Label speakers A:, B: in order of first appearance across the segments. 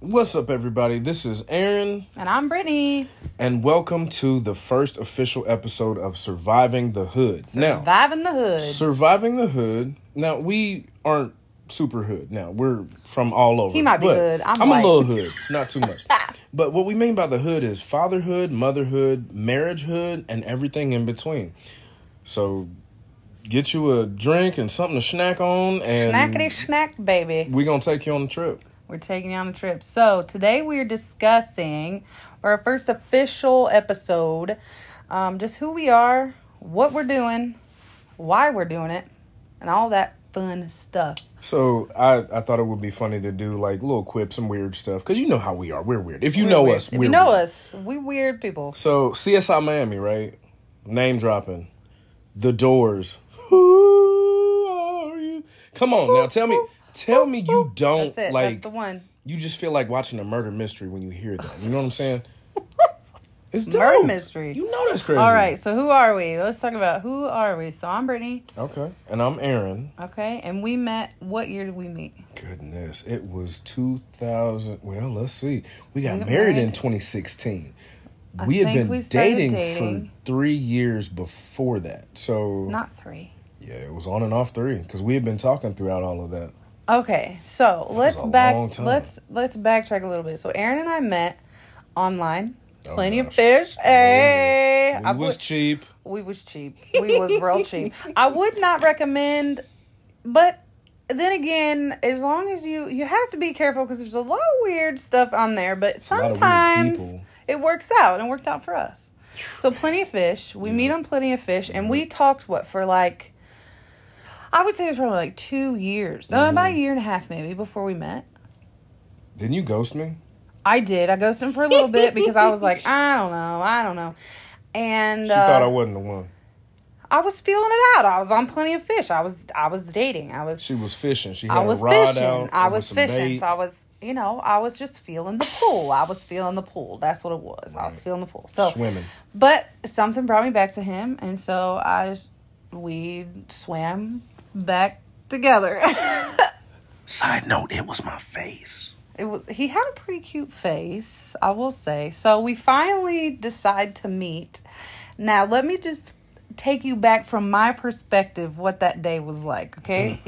A: What's up, everybody? This is Aaron,
B: And I'm Brittany.
A: and welcome to the first official episode of Surviving the Hood. Now,
B: Vibing the hood.
A: Surviving the Hood. Now, we aren't super hood. Now, we're from all over.
B: He might be
A: but
B: hood. I'm
A: I'm
B: white.
A: a little hood, not too much. but what we mean by the hood is fatherhood, motherhood, marriagehood, and everything in between. So, get you a drink and something to snack on, and
B: Snackety snack, baby.
A: we're going to take you on a trip.
B: We're taking you on a trip. So today we're discussing our first official episode. Um, just who we are, what we're doing, why we're doing it, and all that fun stuff.
A: So I, I thought it would be funny to do like little quips and weird stuff because you know how we are. We're weird. If you know
B: Weird.
A: us,
B: If
A: we're
B: you know
A: weird.
B: us, we weird people.
A: So CSI Miami, right? Name dropping. The Doors. Who are you? Come on now, tell me, tell me you don't
B: That's it.
A: like.
B: That's the one.
A: You just feel like watching a murder mystery when you hear that. You know what I'm saying? It's dope.
B: Murder mystery.
A: You know that's crazy.
B: All right. So who are we? Let's talk about who are we. So I'm Brittany.
A: Okay. And I'm Aaron.
B: Okay. And we met. What year did we meet?
A: Goodness, it was 2000. Well, let's see. We got
B: got
A: married in
B: married.
A: 2016. we had
B: think
A: been
B: we started
A: dating, for
B: dating.
A: three years before that. So,
B: Not three.
A: yeah, it was on and off three because we had been talking throughout all of that.
B: Okay, so let's
A: a long
B: back
A: time.
B: let's let's backtrack a little bit. So Aaron and I met online. Plenty of
A: Oh, gosh.
B: fish. Hey,
A: It
B: I
A: was
B: would-
A: cheap.
B: we was cheap. We was real cheap. I would not recommend, but then again, as long as you you have to be careful because there's a lot of weird stuff on there.
A: lot
B: But
A: of weird
B: sometimes
A: people.
B: it works out, and it worked out for us. So plenty of fish. We meet on plenty of fish, and we talked what for like. I would say it was probably like two years, no,
A: Mm-hmm.
B: about a year and a half maybe before we met.
A: Didn't you ghost me?
B: I did. I ghosted him for a little bit because I was like, I don't know, I don't know, and uh,
A: She thought I wasn't the one.
B: I was feeling it out. I was on plenty of fish. I was I was dating. I was
A: She was fishing. She had
B: I was
A: a rod
B: fishing.
A: out.
B: I
A: with
B: was
A: some
B: fishing.
A: bait.
B: So I was you know, I was just feeling the pool. I was feeling the pool. That's what it was. I was feeling the pool. So
A: Swimming.
B: But something brought me back to him and so I just- we swam back together.
A: Side note, it was my face.
B: it was he had a pretty cute face i will say so we finally decide to meet now let me just take you back from my perspective what that day was like okay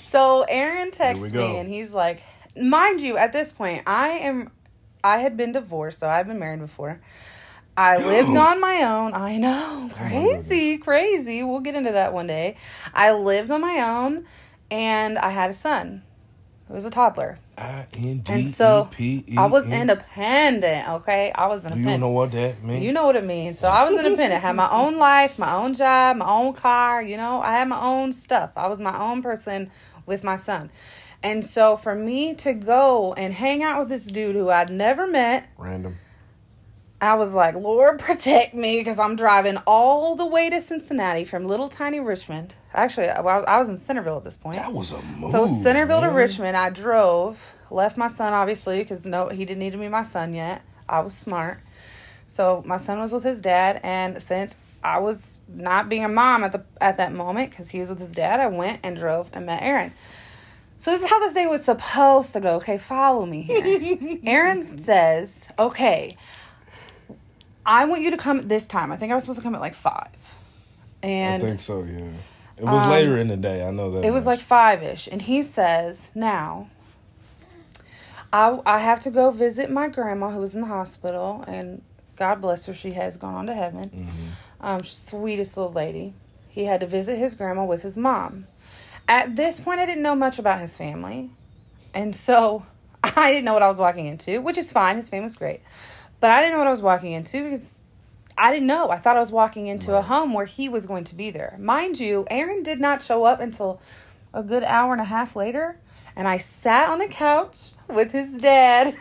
B: so aaron texts
A: go.
B: me and he's like mind you at this point i am i had been divorced so i've been married before I lived on my own. I know. Crazy, crazy. We'll get into that one day. I lived on my own and I had a son who was a toddler.
A: I N D
B: And so
A: E P E.
B: I was
A: N.
B: independent, okay? I was
A: Do you
B: independent.
A: know what that means?
B: You know what it means. So I was independent. had my own life, my own job, my own car. You know, I had my own stuff. I was my own person with my son. And so for me to go and hang out with this dude who I'd never met,
A: Random.
B: I was like, Lord, protect me because I'm driving all the way to Cincinnati from little tiny Richmond. Actually, I was I was in Centerville at this point.
A: That was a move.
B: So Centerville to
A: man.
B: Richmond, I drove, left my son obviously because no, he didn't need to be my son yet. I was smart, so my son was with his dad, and since I was not being a mom at the at that moment because he was with his dad, I went and drove and met Aaron. So this is how this day was supposed to go. Okay, follow me here. Aaron says, "Okay, I want you to come at this time. I think I was supposed to come at like five,
A: I
B: and um,
A: think so, yeah. It was later in the day. I know that.
B: it was like five ish, and he says, "Now, I I have to go visit my grandma who was in the hospital, and God bless her, she has gone on to heaven. Um, sweetest little lady. He had to visit his grandma with his mom. At this point, I didn't know much about his family, and so I didn't know what I was walking into, which is fine. His family's great, but I didn't know what I was walking into because I didn't know. I thought I was walking into a home where he was going to be there. Mind you, Aaron did not show up until a good hour and a half later, and I sat on the couch with his dad.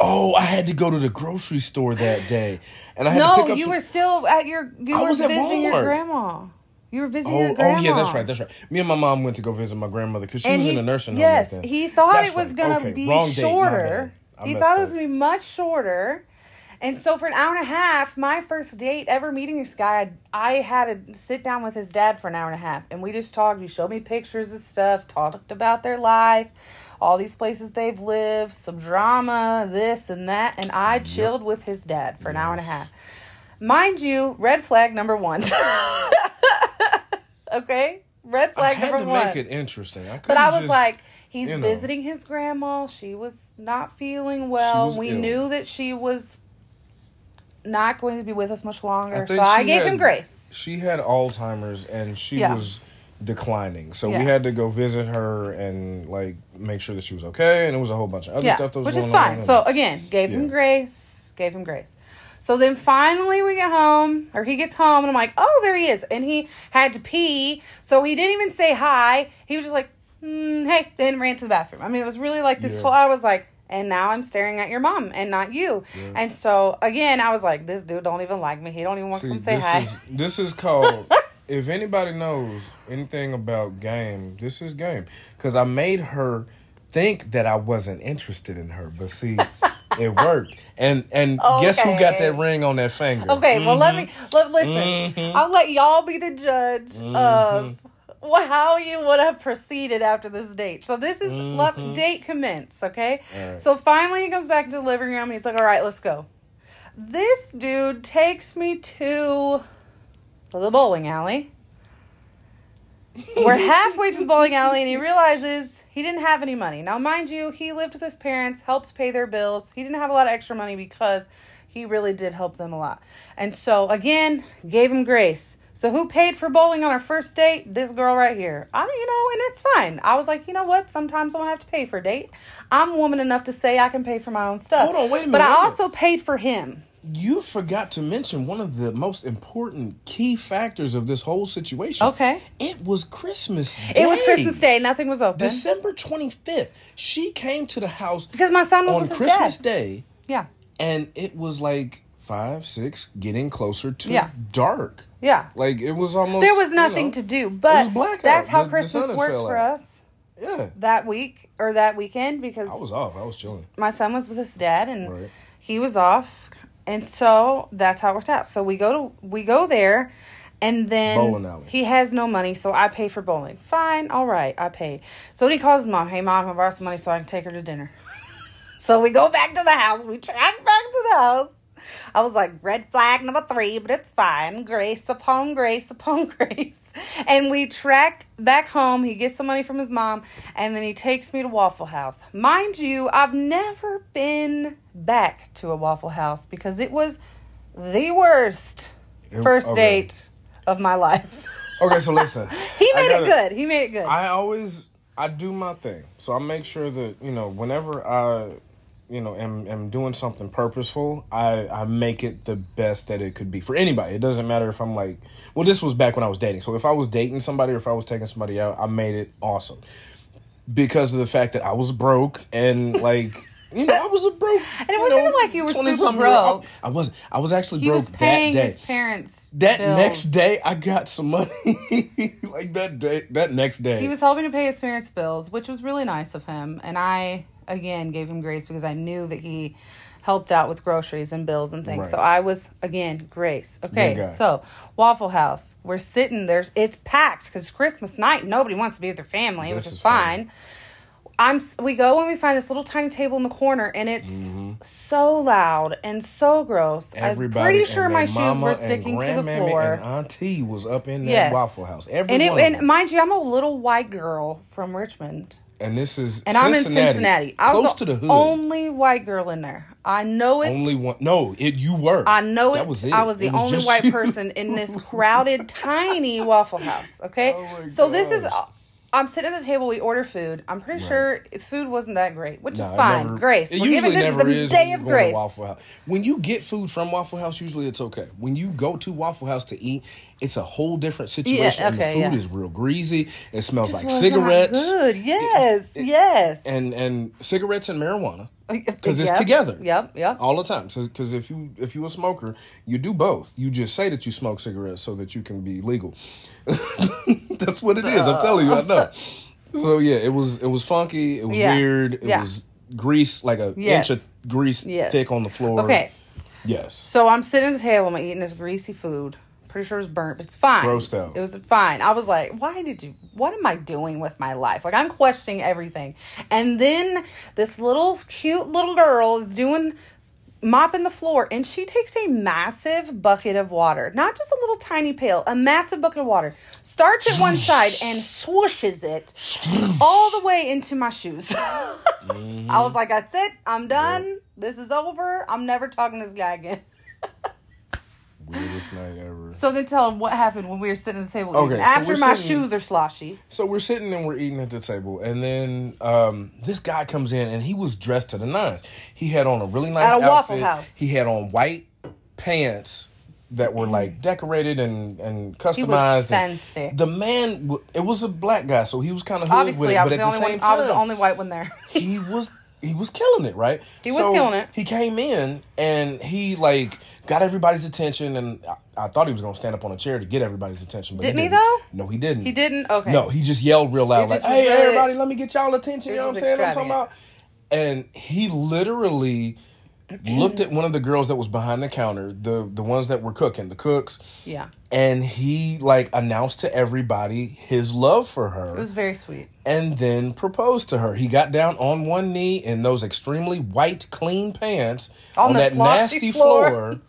A: oh, I had to go to the grocery store that day, and I had to pick
B: no,
A: up.
B: you
A: some-
B: were still at your. You
A: I
B: were
A: was at
B: visiting your
A: Walmart.
B: grandma. You were visiting
A: Oh,
B: your grandma.
A: oh yeah, that's right, that's right. Me and my mom went to go visit my grandmother because she was in a nursing home. back
B: Yes,
A: then.
B: he thought
A: That's
B: it was
A: right.
B: gonna
A: Okay,
B: be
A: wrong date, my
B: shorter.
A: bad. I
B: he
A: messed
B: thought it was
A: up.
B: gonna be much shorter, And so for an hour and a half, my first date ever meeting this guy, I, I had to sit down with his dad for an hour and a half, and we just talked. He showed me pictures of stuff, talked about their life, all these places they've lived, some drama, this and that, and I chilled with his dad for an hour and a
A: Nice.
B: half. Mind you, red flag number one. okay, red
A: I
B: flag
A: had
B: number
A: to
B: one.
A: make it interesting. I
B: But
A: couldn't
B: I was
A: just-
B: like, he's
A: you know.
B: visiting his grandma. She was not feeling well.
A: was
B: We
A: ill.
B: knew that she was not going to be with us much longer.
A: I
B: so
A: think
B: I
A: she
B: gave
A: had-
B: him grace.
A: she had Alzheimer's and she
B: Yeah.
A: was declining, so
B: Yeah.
A: we had to go visit her and like make sure that she was okay. And it was a whole bunch of other
B: Yeah.
A: stuff that was
B: Which
A: going
B: is
A: on.
B: fine.
A: and-
B: So again, gave him
A: Yeah.
B: grace. Gave him grace. So then finally we get home, or he gets home, and I'm like, oh, there he is. And he had to pee. So he didn't even say hi. He was just like, mm, hey, then ran to the bathroom. I mean, it was really like this
A: Yeah.
B: whole, I was like, and now I'm staring at your mom and not you. And so again, I was like, this dude don't even like me. He don't even want to come
A: See,
B: say
A: this
B: hi.
A: Is, this is called. if anybody knows anything about game, this is game. Because I made her think that I wasn't interested in her, but see, it worked. And and guess who got
B: Okay.
A: that ring on that finger?
B: Okay, well let me let listen.
A: Mhm.
B: I'll let y'all be the judge of wh- how you would have proceeded after this date. So this is love date commence, okay?
A: Alright.
B: So finally he comes back into the living room and he's like, "All right, let's go." This dude takes me to the bowling alley. We're halfway to the bowling alley and he realizes he didn't have any money. Now, mind you, he lived with his parents, helped pay their bills. He didn't have a lot of extra money because he really did help them a lot. And so, again, gave him grace. So, who paid for bowling on our first date? This girl right here. I don't, you know, and it's fine. I was like, you know what? Sometimes I don't have to pay for a date. I'm woman enough to say I can pay for my own stuff.
A: Hold on, wait a minute,
B: But
A: wait a
B: I
A: minute.
B: also paid for him.
A: You forgot to mention one of the most important key factors of this whole situation.
B: Okay.
A: It was Christmas Day.
B: It was Christmas Day. Nothing was open.
A: December 25th. She came to the house
B: because my son was
A: on
B: with his
A: Christmas
B: dad.
A: Day
B: Yeah.
A: and it was like five, six, getting closer to
B: Yeah.
A: dark.
B: Yeah.
A: Like it was almost
B: There was nothing to do, but
A: was blackout.
B: that's how
A: The- the
B: Christmas
A: sun had
B: worked
A: fell
B: for
A: out.
B: us
A: to Yeah.
B: that week or that weekend because
A: I was off. I was chilling.
B: my son was with his dad and
A: Right.
B: he was off, and so that's how it worked out. So we go to we go there, and then
A: Bowling alley.
B: he has no money, so I pay for bowling. Fine, all right, I paid. So then he calls his mom. Hey, mom, I borrowed some money so I can take her to dinner. so we go back to the house. We track back to the house. I was like, red flag number three, but it's fine. Grace upon grace upon grace. And we tracked back home. He gets some money from his mom, and then he takes me to Waffle House. Mind you, I've never been back to a Waffle House because it was the worst
A: It-
B: first
A: okay.
B: date of my life.
A: Okay, so listen.
B: He
A: I
B: made it
A: gotta-
B: good. He made it good.
A: I always I do my thing. So I make sure that, you know, whenever I you know, am am doing something purposeful, I I make it the best that it could be for anybody. It doesn't matter if I'm like, well, this was back when I was dating. So if I was dating somebody or if I was taking somebody out, I made it awesome. Because of the fact that I was broke and like You know, I was a broke, and
B: it wasn't even like you were super broke.
A: I was, I was actually
B: he
A: broke
B: was paying
A: that day.
B: his parents.
A: That
B: bills.
A: next day, I got some money. like that day, that next day,
B: He was helping to pay his parents' bills, which was really nice of him. And I, again, gave him grace because I knew that he helped out with groceries and bills and things.
A: Right.
B: So I was, again, grace.
A: Good
B: Okay,
A: guy.
B: so Waffle House, we're sitting there. It's packed because Christmas night, nobody wants to be with their family,
A: This
B: which is
A: is funny.
B: fine. I'm we go and we find this little tiny table in the corner and it's so loud and so gross. I'm pretty
A: Mm-hmm. everybody.
B: sure
A: and
B: my
A: their
B: shoes
A: mama
B: were
A: and
B: sticking to the
A: grandmammy
B: floor.
A: And auntie was up in that
B: Yes.
A: Waffle House. Every
B: And it
A: one of
B: and
A: them.
B: mind you, I'm a little white girl from Richmond,
A: And this is
B: and I'm
A: Cincinnati,
B: in Cincinnati. I was
A: close
B: the
A: to the hood.
B: only white girl in there. I know it.
A: Only one. No, it you were.
B: I know it.
A: That was it.
B: I was the
A: It was
B: only
A: just
B: white
A: you.
B: person in this crowded, tiny Waffle House. Okay,
A: Oh my
B: so this is. uh,
A: gosh.
B: I'm sitting at the table. We order food. I'm pretty sure food wasn't that great, which
A: Nah,
B: is
A: it
B: fine.
A: never-
B: grace.
A: It
B: We're
A: usually
B: giving this
A: never
B: the
A: is when
B: day
A: you
B: of
A: go to
B: grace.
A: Waffle House. When you get food from Waffle House, usually it's okay. When you go to Waffle House to eat, it's a whole different situation.
B: okay,
A: and the food
B: yeah.
A: is real greasy. It smells
B: This
A: like
B: was not
A: cigarettes
B: Good. Yes. yes.
A: and and cigarettes and marijuana
B: because
A: because it's together.
B: Yep. Yep.
A: All the time, because if you if you a smoker, you do both. You just say that you smoke cigarettes so that you can be legal. That's what it is. I'm telling you, I know. So yeah, it was it was funky. It was
B: Yeah.
A: weird. It
B: Yeah.
A: was grease like a
B: Yes.
A: inch of grease
B: Yes.
A: thick on the floor.
B: Okay.
A: Yes.
B: So I'm sitting at the table, I'm eating this greasy food. Pretty sure it was burnt, but it's fine.
A: Grossed out.
B: It was fine. I was like, why did you, what am I doing with my life? Like, I'm questioning everything. And then this little cute little girl is doing, mopping the floor, and she takes a massive bucket of water, not just a little tiny pail, a massive bucket of water, starts at one side and swooshes it all the way into my shoes.
A: Mm-hmm.
B: I was like, that's it. I'm done. This is over. I'm never talking to this guy again.
A: Weirdest night ever.
B: So then tell him what happened when we were sitting at the table.
A: Okay,
B: eating.
A: so
B: After
A: we're
B: my
A: sitting-
B: shoes are sloshy.
A: So we're sitting and we're eating at the table, and then um, this guy comes in and he was dressed to the nines. He had on a really nice
B: At a Waffle
A: outfit.
B: House.
A: He had on white pants that were like decorated and and customized. and
B: fancy.
A: The man, w- it was a black guy, so he was kind of hood with
B: Obviously,
A: it.
B: I
A: but
B: was
A: at
B: the
A: the
B: only
A: same
B: one. I was the
A: time,
B: only white one there.
A: he was he was killing it, right? He
B: was killing it.
A: He came in and he like got everybody's attention, and I, I thought he was gonna stand up on a chair to get everybody's attention. But
B: Didn't he,
A: didn't.
B: though?
A: No, he didn't.
B: He didn't. Okay.
A: No, he just yelled real loud,
B: It
A: like,
B: just was
A: "Hey,
B: really-
A: everybody, let me get y'all attention." You
B: It
A: know what
B: was
A: I'm
B: just
A: saying? I'm talking about.
B: extravagant.
A: And he literally looked at one of the girls that was behind the counter, the the ones that were cooking, the cooks,
B: Yeah.
A: and he like announced to everybody his love for
B: It
A: her,
B: was very sweet.
A: and then proposed to her. He got down on one knee in those extremely white, clean pants
B: On
A: on,
B: the
A: that
B: sloshy
A: nasty
B: floor.
A: floor.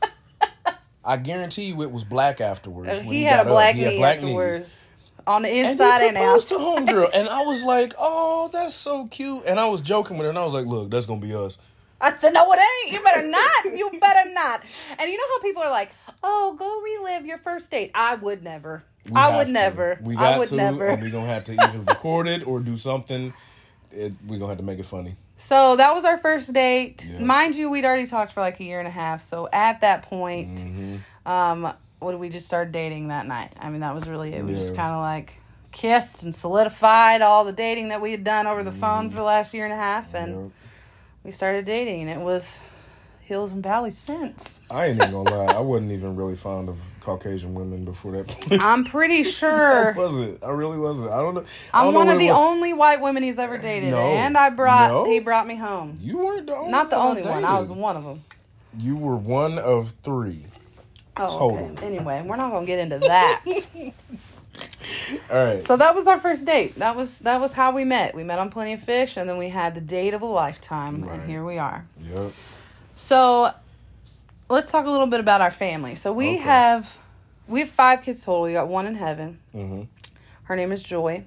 A: I guarantee you, it was black afterwards.
B: Uh, He,
A: when got
B: had a
A: up.
B: black
A: He had
B: knee
A: black knees
B: afterwards, on the
A: and
B: inside
A: he
B: and, out.
A: proposed to homegirl, and I was like, "Oh, that's so cute." And I was joking with her, and I was like, "Look, that's gonna be us."
B: I said, "No, it ain't. You better not. You better not." And you know how people are like, "Oh, go relive your first date." I would never.
A: We
B: I
A: have
B: would
A: to.
B: never.
A: We got
B: I would
A: to,
B: never.
A: and we're gonna have to either record it or do something. It, we're gonna have to make it funny.
B: So that was our first date.
A: Yeah.
B: Mind you, we'd already talked for like a year and a half. So at that point,
A: Mm-hmm.
B: um, what did we just start dating that night? I mean, that was really it. We just
A: Yeah.
B: kind of like kissed and solidified all the dating that we had done over the
A: Mm.
B: phone for the last year and a half,
A: you
B: and
A: know?
B: we started dating, and it was hills and valleys since.
A: I ain't even gonna lie. I wasn't even really fond of Caucasian women before that. point.
B: I'm pretty sure.
A: was it? I really wasn't. I don't know. I
B: I'm
A: don't know
B: one
A: what
B: of
A: it
B: the
A: was.
B: only white women he's ever dated,
A: No.
B: and I brought
A: No.
B: he brought me home.
A: You weren't the only.
B: Not the
A: one I
B: only one. I was
A: dated.
B: one of them.
A: You were one of three.
B: Oh,
A: Total.
B: okay. Anyway, we're not gonna get into that.
A: All right.
B: So that was our first date. That was that was how we met. We met on Plenty of Fish, and then we had the date of a lifetime,
A: Right.
B: and here we are.
A: yep.
B: So let's talk a little bit about our family. So we
A: Okay.
B: have we have five kids total. We got one in heaven.
A: hmm
B: Her name is Joy,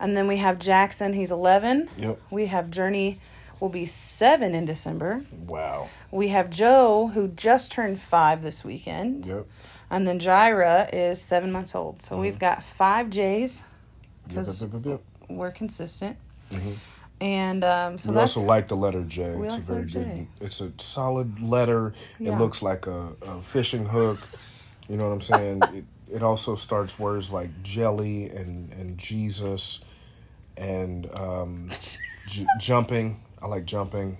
B: and then we have Jackson. He's eleven.
A: Yep.
B: We have Journey. Will be seven in December.
A: Wow.
B: We have Joe, who just turned five this weekend,
A: Yep.
B: and then Gyra is seven months old. So
A: Mm-hmm.
B: we've got five J's.
A: Yep. Yep.
B: 'Cause-
A: Yep. Yep.
B: we're consistent. And um,
A: Mm-hmm.
B: so
A: We
B: that's
A: also like the letter J.
B: We
A: It's
B: like
A: a
B: the
A: very
B: letter J.
A: good. It's a solid letter.
B: Yeah.
A: It looks like a, a fishing hook. You know what I'm saying? it, it also starts words like jelly and and Jesus, and um, j- jumping. I like jumping.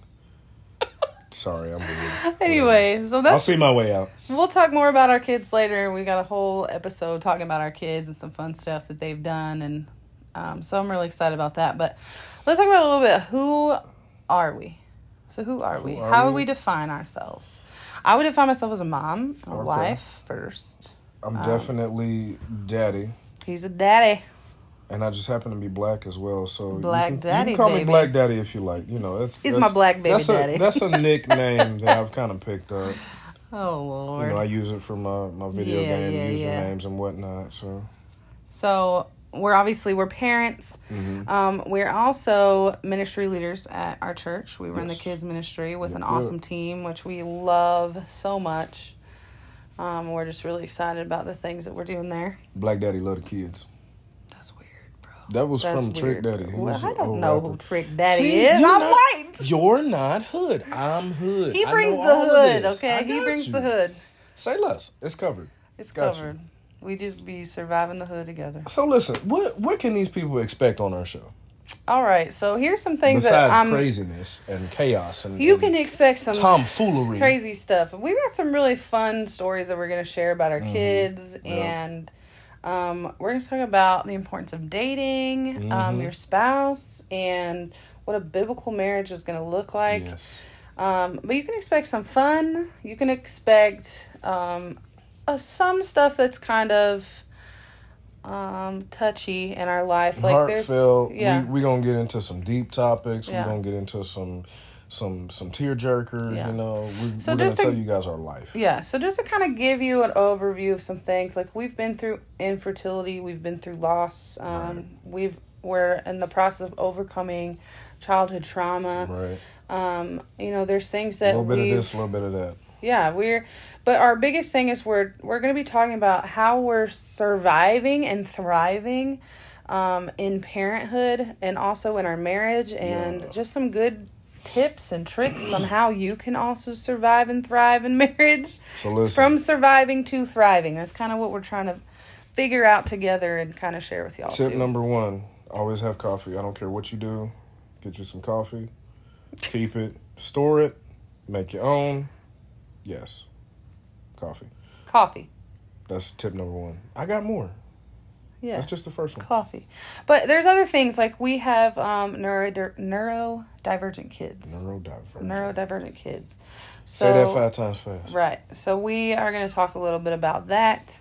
A: Sorry, I'm weird.
B: anyway. So
A: I'll
B: that's
A: see my way out.
B: we'll talk more about our kids later. We got a whole episode talking about our kids and some fun stuff that they've done, and um, so I'm really excited about that. But let's talk about a little bit. Who are we? So who are we?
A: are
B: How would
A: we?
B: we define ourselves? I would define myself as a mom, a wife first.
A: I'm
B: Um,
A: definitely daddy,
B: He's a daddy.
A: and I just happen to be black as well. So you
B: Black
A: can- you can,
B: daddy,
A: call
B: baby.
A: me black daddy if you like. You know, that's
B: He's
A: that's-
B: my black baby
A: that's a-
B: daddy.
A: that's a nickname that I've kind of picked up.
B: Oh Lord.
A: You know, I use it for my, my video
B: Yeah,
A: game
B: yeah, yeah.
A: usernames and whatnot. So
B: So we're obviously we're parents.
A: Mm-hmm.
B: Um, we're also ministry leaders at our church. We run
A: Yes.
B: the kids ministry with an
A: yep.
B: awesome team, which we love so much. Um, we're just really excited about the things that we're doing there.
A: Black Daddy love the kids.
B: That's weird, bro.
A: That was
B: That's
A: from Trick
B: weird.
A: Daddy. He
B: Well,
A: was
B: I
A: an
B: don't
A: old
B: know
A: rapper.
B: who Trick Daddy
A: See,
B: is.
A: you're
B: I'm
A: not-
B: white.
A: You're not hood. I'm hood.
B: He
A: I
B: brings
A: know
B: the
A: all of
B: hood,
A: this. I
B: okay? He
A: got
B: brings
A: you.
B: the hood.
A: Say less. It's covered.
B: It's
A: Got you.
B: covered. We just be surviving the hood together.
A: So listen, what what can these people expect on our show
B: All right, so here's some things
A: besides
B: that I'm.
A: craziness and chaos and
B: um, You
A: and
B: can expect some
A: tomfoolery?
B: crazy stuff. We got some really fun stories that we're going to share about our kids,
A: Mm-hmm. Yeah.
B: and um, we're going to talk about the importance of dating,
A: Mm-hmm.
B: um, your spouse, and what a biblical marriage is going to look like.
A: Yes.
B: Um, but you can expect some fun. You can expect um, uh, some stuff that's kind of um, touchy in our life. Like
A: Heartfelt.
B: there's yeah,
A: We we gonna get into some deep topics.
B: Yeah.
A: We gonna get into some some some tear jerkers.
B: Yeah.
A: You know, we,
B: So
A: we're gonna
B: just to-
A: tell you guys our life.
B: yeah. So just to kind of give you an overview of some things, like we've been through infertility, we've been through loss, um, we've we're in the process of overcoming childhood trauma.
A: Right.
B: Um, you know, there's things
A: A
B: that
A: little bit
B: we
A: of this, a little bit of that.
B: yeah we're but our biggest thing is we're we're going to be talking about how we're surviving and thriving um, in parenthood and also in our marriage and
A: Yeah.
B: just some good tips and tricks on how you can also survive and thrive in marriage
A: So listen.
B: from surviving to thriving that's kind of what we're trying to figure out together and kind of share with y'all
A: Tip
B: too.
A: number one: always have coffee. I don't care what you do. Get you some coffee. Keep it. Store it. Make your own. Yes. Coffee.
B: coffee
A: That's tip number one. I got more.
B: yeah
A: That's just the first one.
B: coffee but there's other things like we have um neuro neurodivergent kids
A: Neurodivergent.
B: neurodivergent kids. So,
A: Say that five times fast.
B: Right. So we are going to talk a little bit about that.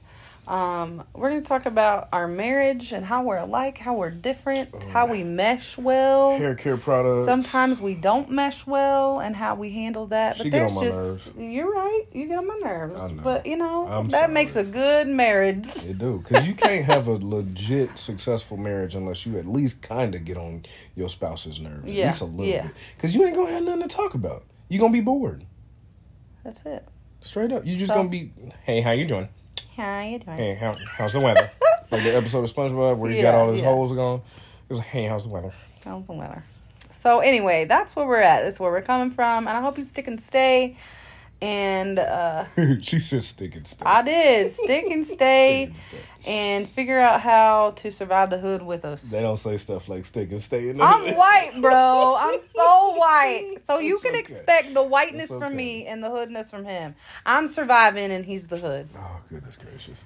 B: Um, we're going to talk about our marriage and how we're alike, how we're different,
A: Oh,
B: how we mesh well.
A: Hair care products.
B: Sometimes we don't mesh well, and how we handle that. But
A: She get
B: there's
A: on my
B: just
A: nerves.
B: you're right. You get on my nerves,
A: I know.
B: but you know
A: I'm
B: that
A: sorry.
B: makes a good marriage.
A: They do, because you can't have a legit successful marriage unless you at least kind of get on your spouse's nerves,
B: Yeah,
A: at least a little
B: yeah.
A: bit. Because you ain't gonna have nothing to talk about. You gonna be bored,
B: That's it.
A: straight up. You just
B: So-
A: gonna be, hey, how you doing?
B: How you doing?
A: Hey, how, how's the weather? like the episode of SpongeBob where you got
B: Yeah,
A: all those
B: yeah.
A: holes gone. It was like, hey, how's the weather?
B: Sounds similar. So anyway, that's where we're at. That's where we're coming from, and I hope you stick and stay. And uh,
A: she says stick and stick.
B: I did stick and
A: Stick
B: stay,
A: and stick.
B: and figure out how to survive the hood with us.
A: They don't say stuff like stick and stay. In
B: I'm white, bro. I'm so white. So you
A: It's
B: can
A: okay.
B: expect the whiteness
A: It's
B: from
A: okay.
B: me and the hoodness from him. I'm surviving, and he's the hood.
A: Oh goodness gracious!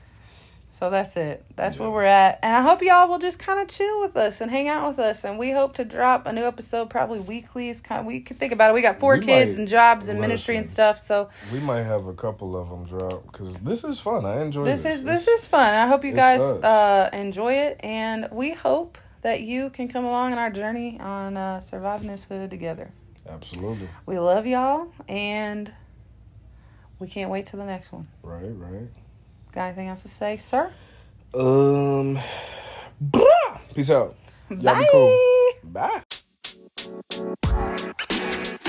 B: So that's it. That's where
A: Yeah.
B: we're at. And I hope y'all will just kind of chill with us and hang out with us. And we hope to drop a new episode probably weekly. Is kind we can think about it. We got four
A: We
B: kids
A: might-
B: and jobs and ministry
A: listen.
B: and stuff. So
A: We might have a couple of them drop because this is fun. I enjoy
B: this
A: this.
B: is
A: It's-
B: this is fun. I hope you
A: it's
B: guys
A: us.
B: uh, enjoy it. And we hope that you can come along in our journey on uh, surviving this hood together.
A: absolutely
B: We love y'all, and we can't wait till the next one.
A: right, right.
B: Got anything else to say, sir?
A: Um, bruh. Peace out. Y'all be cool. Bye.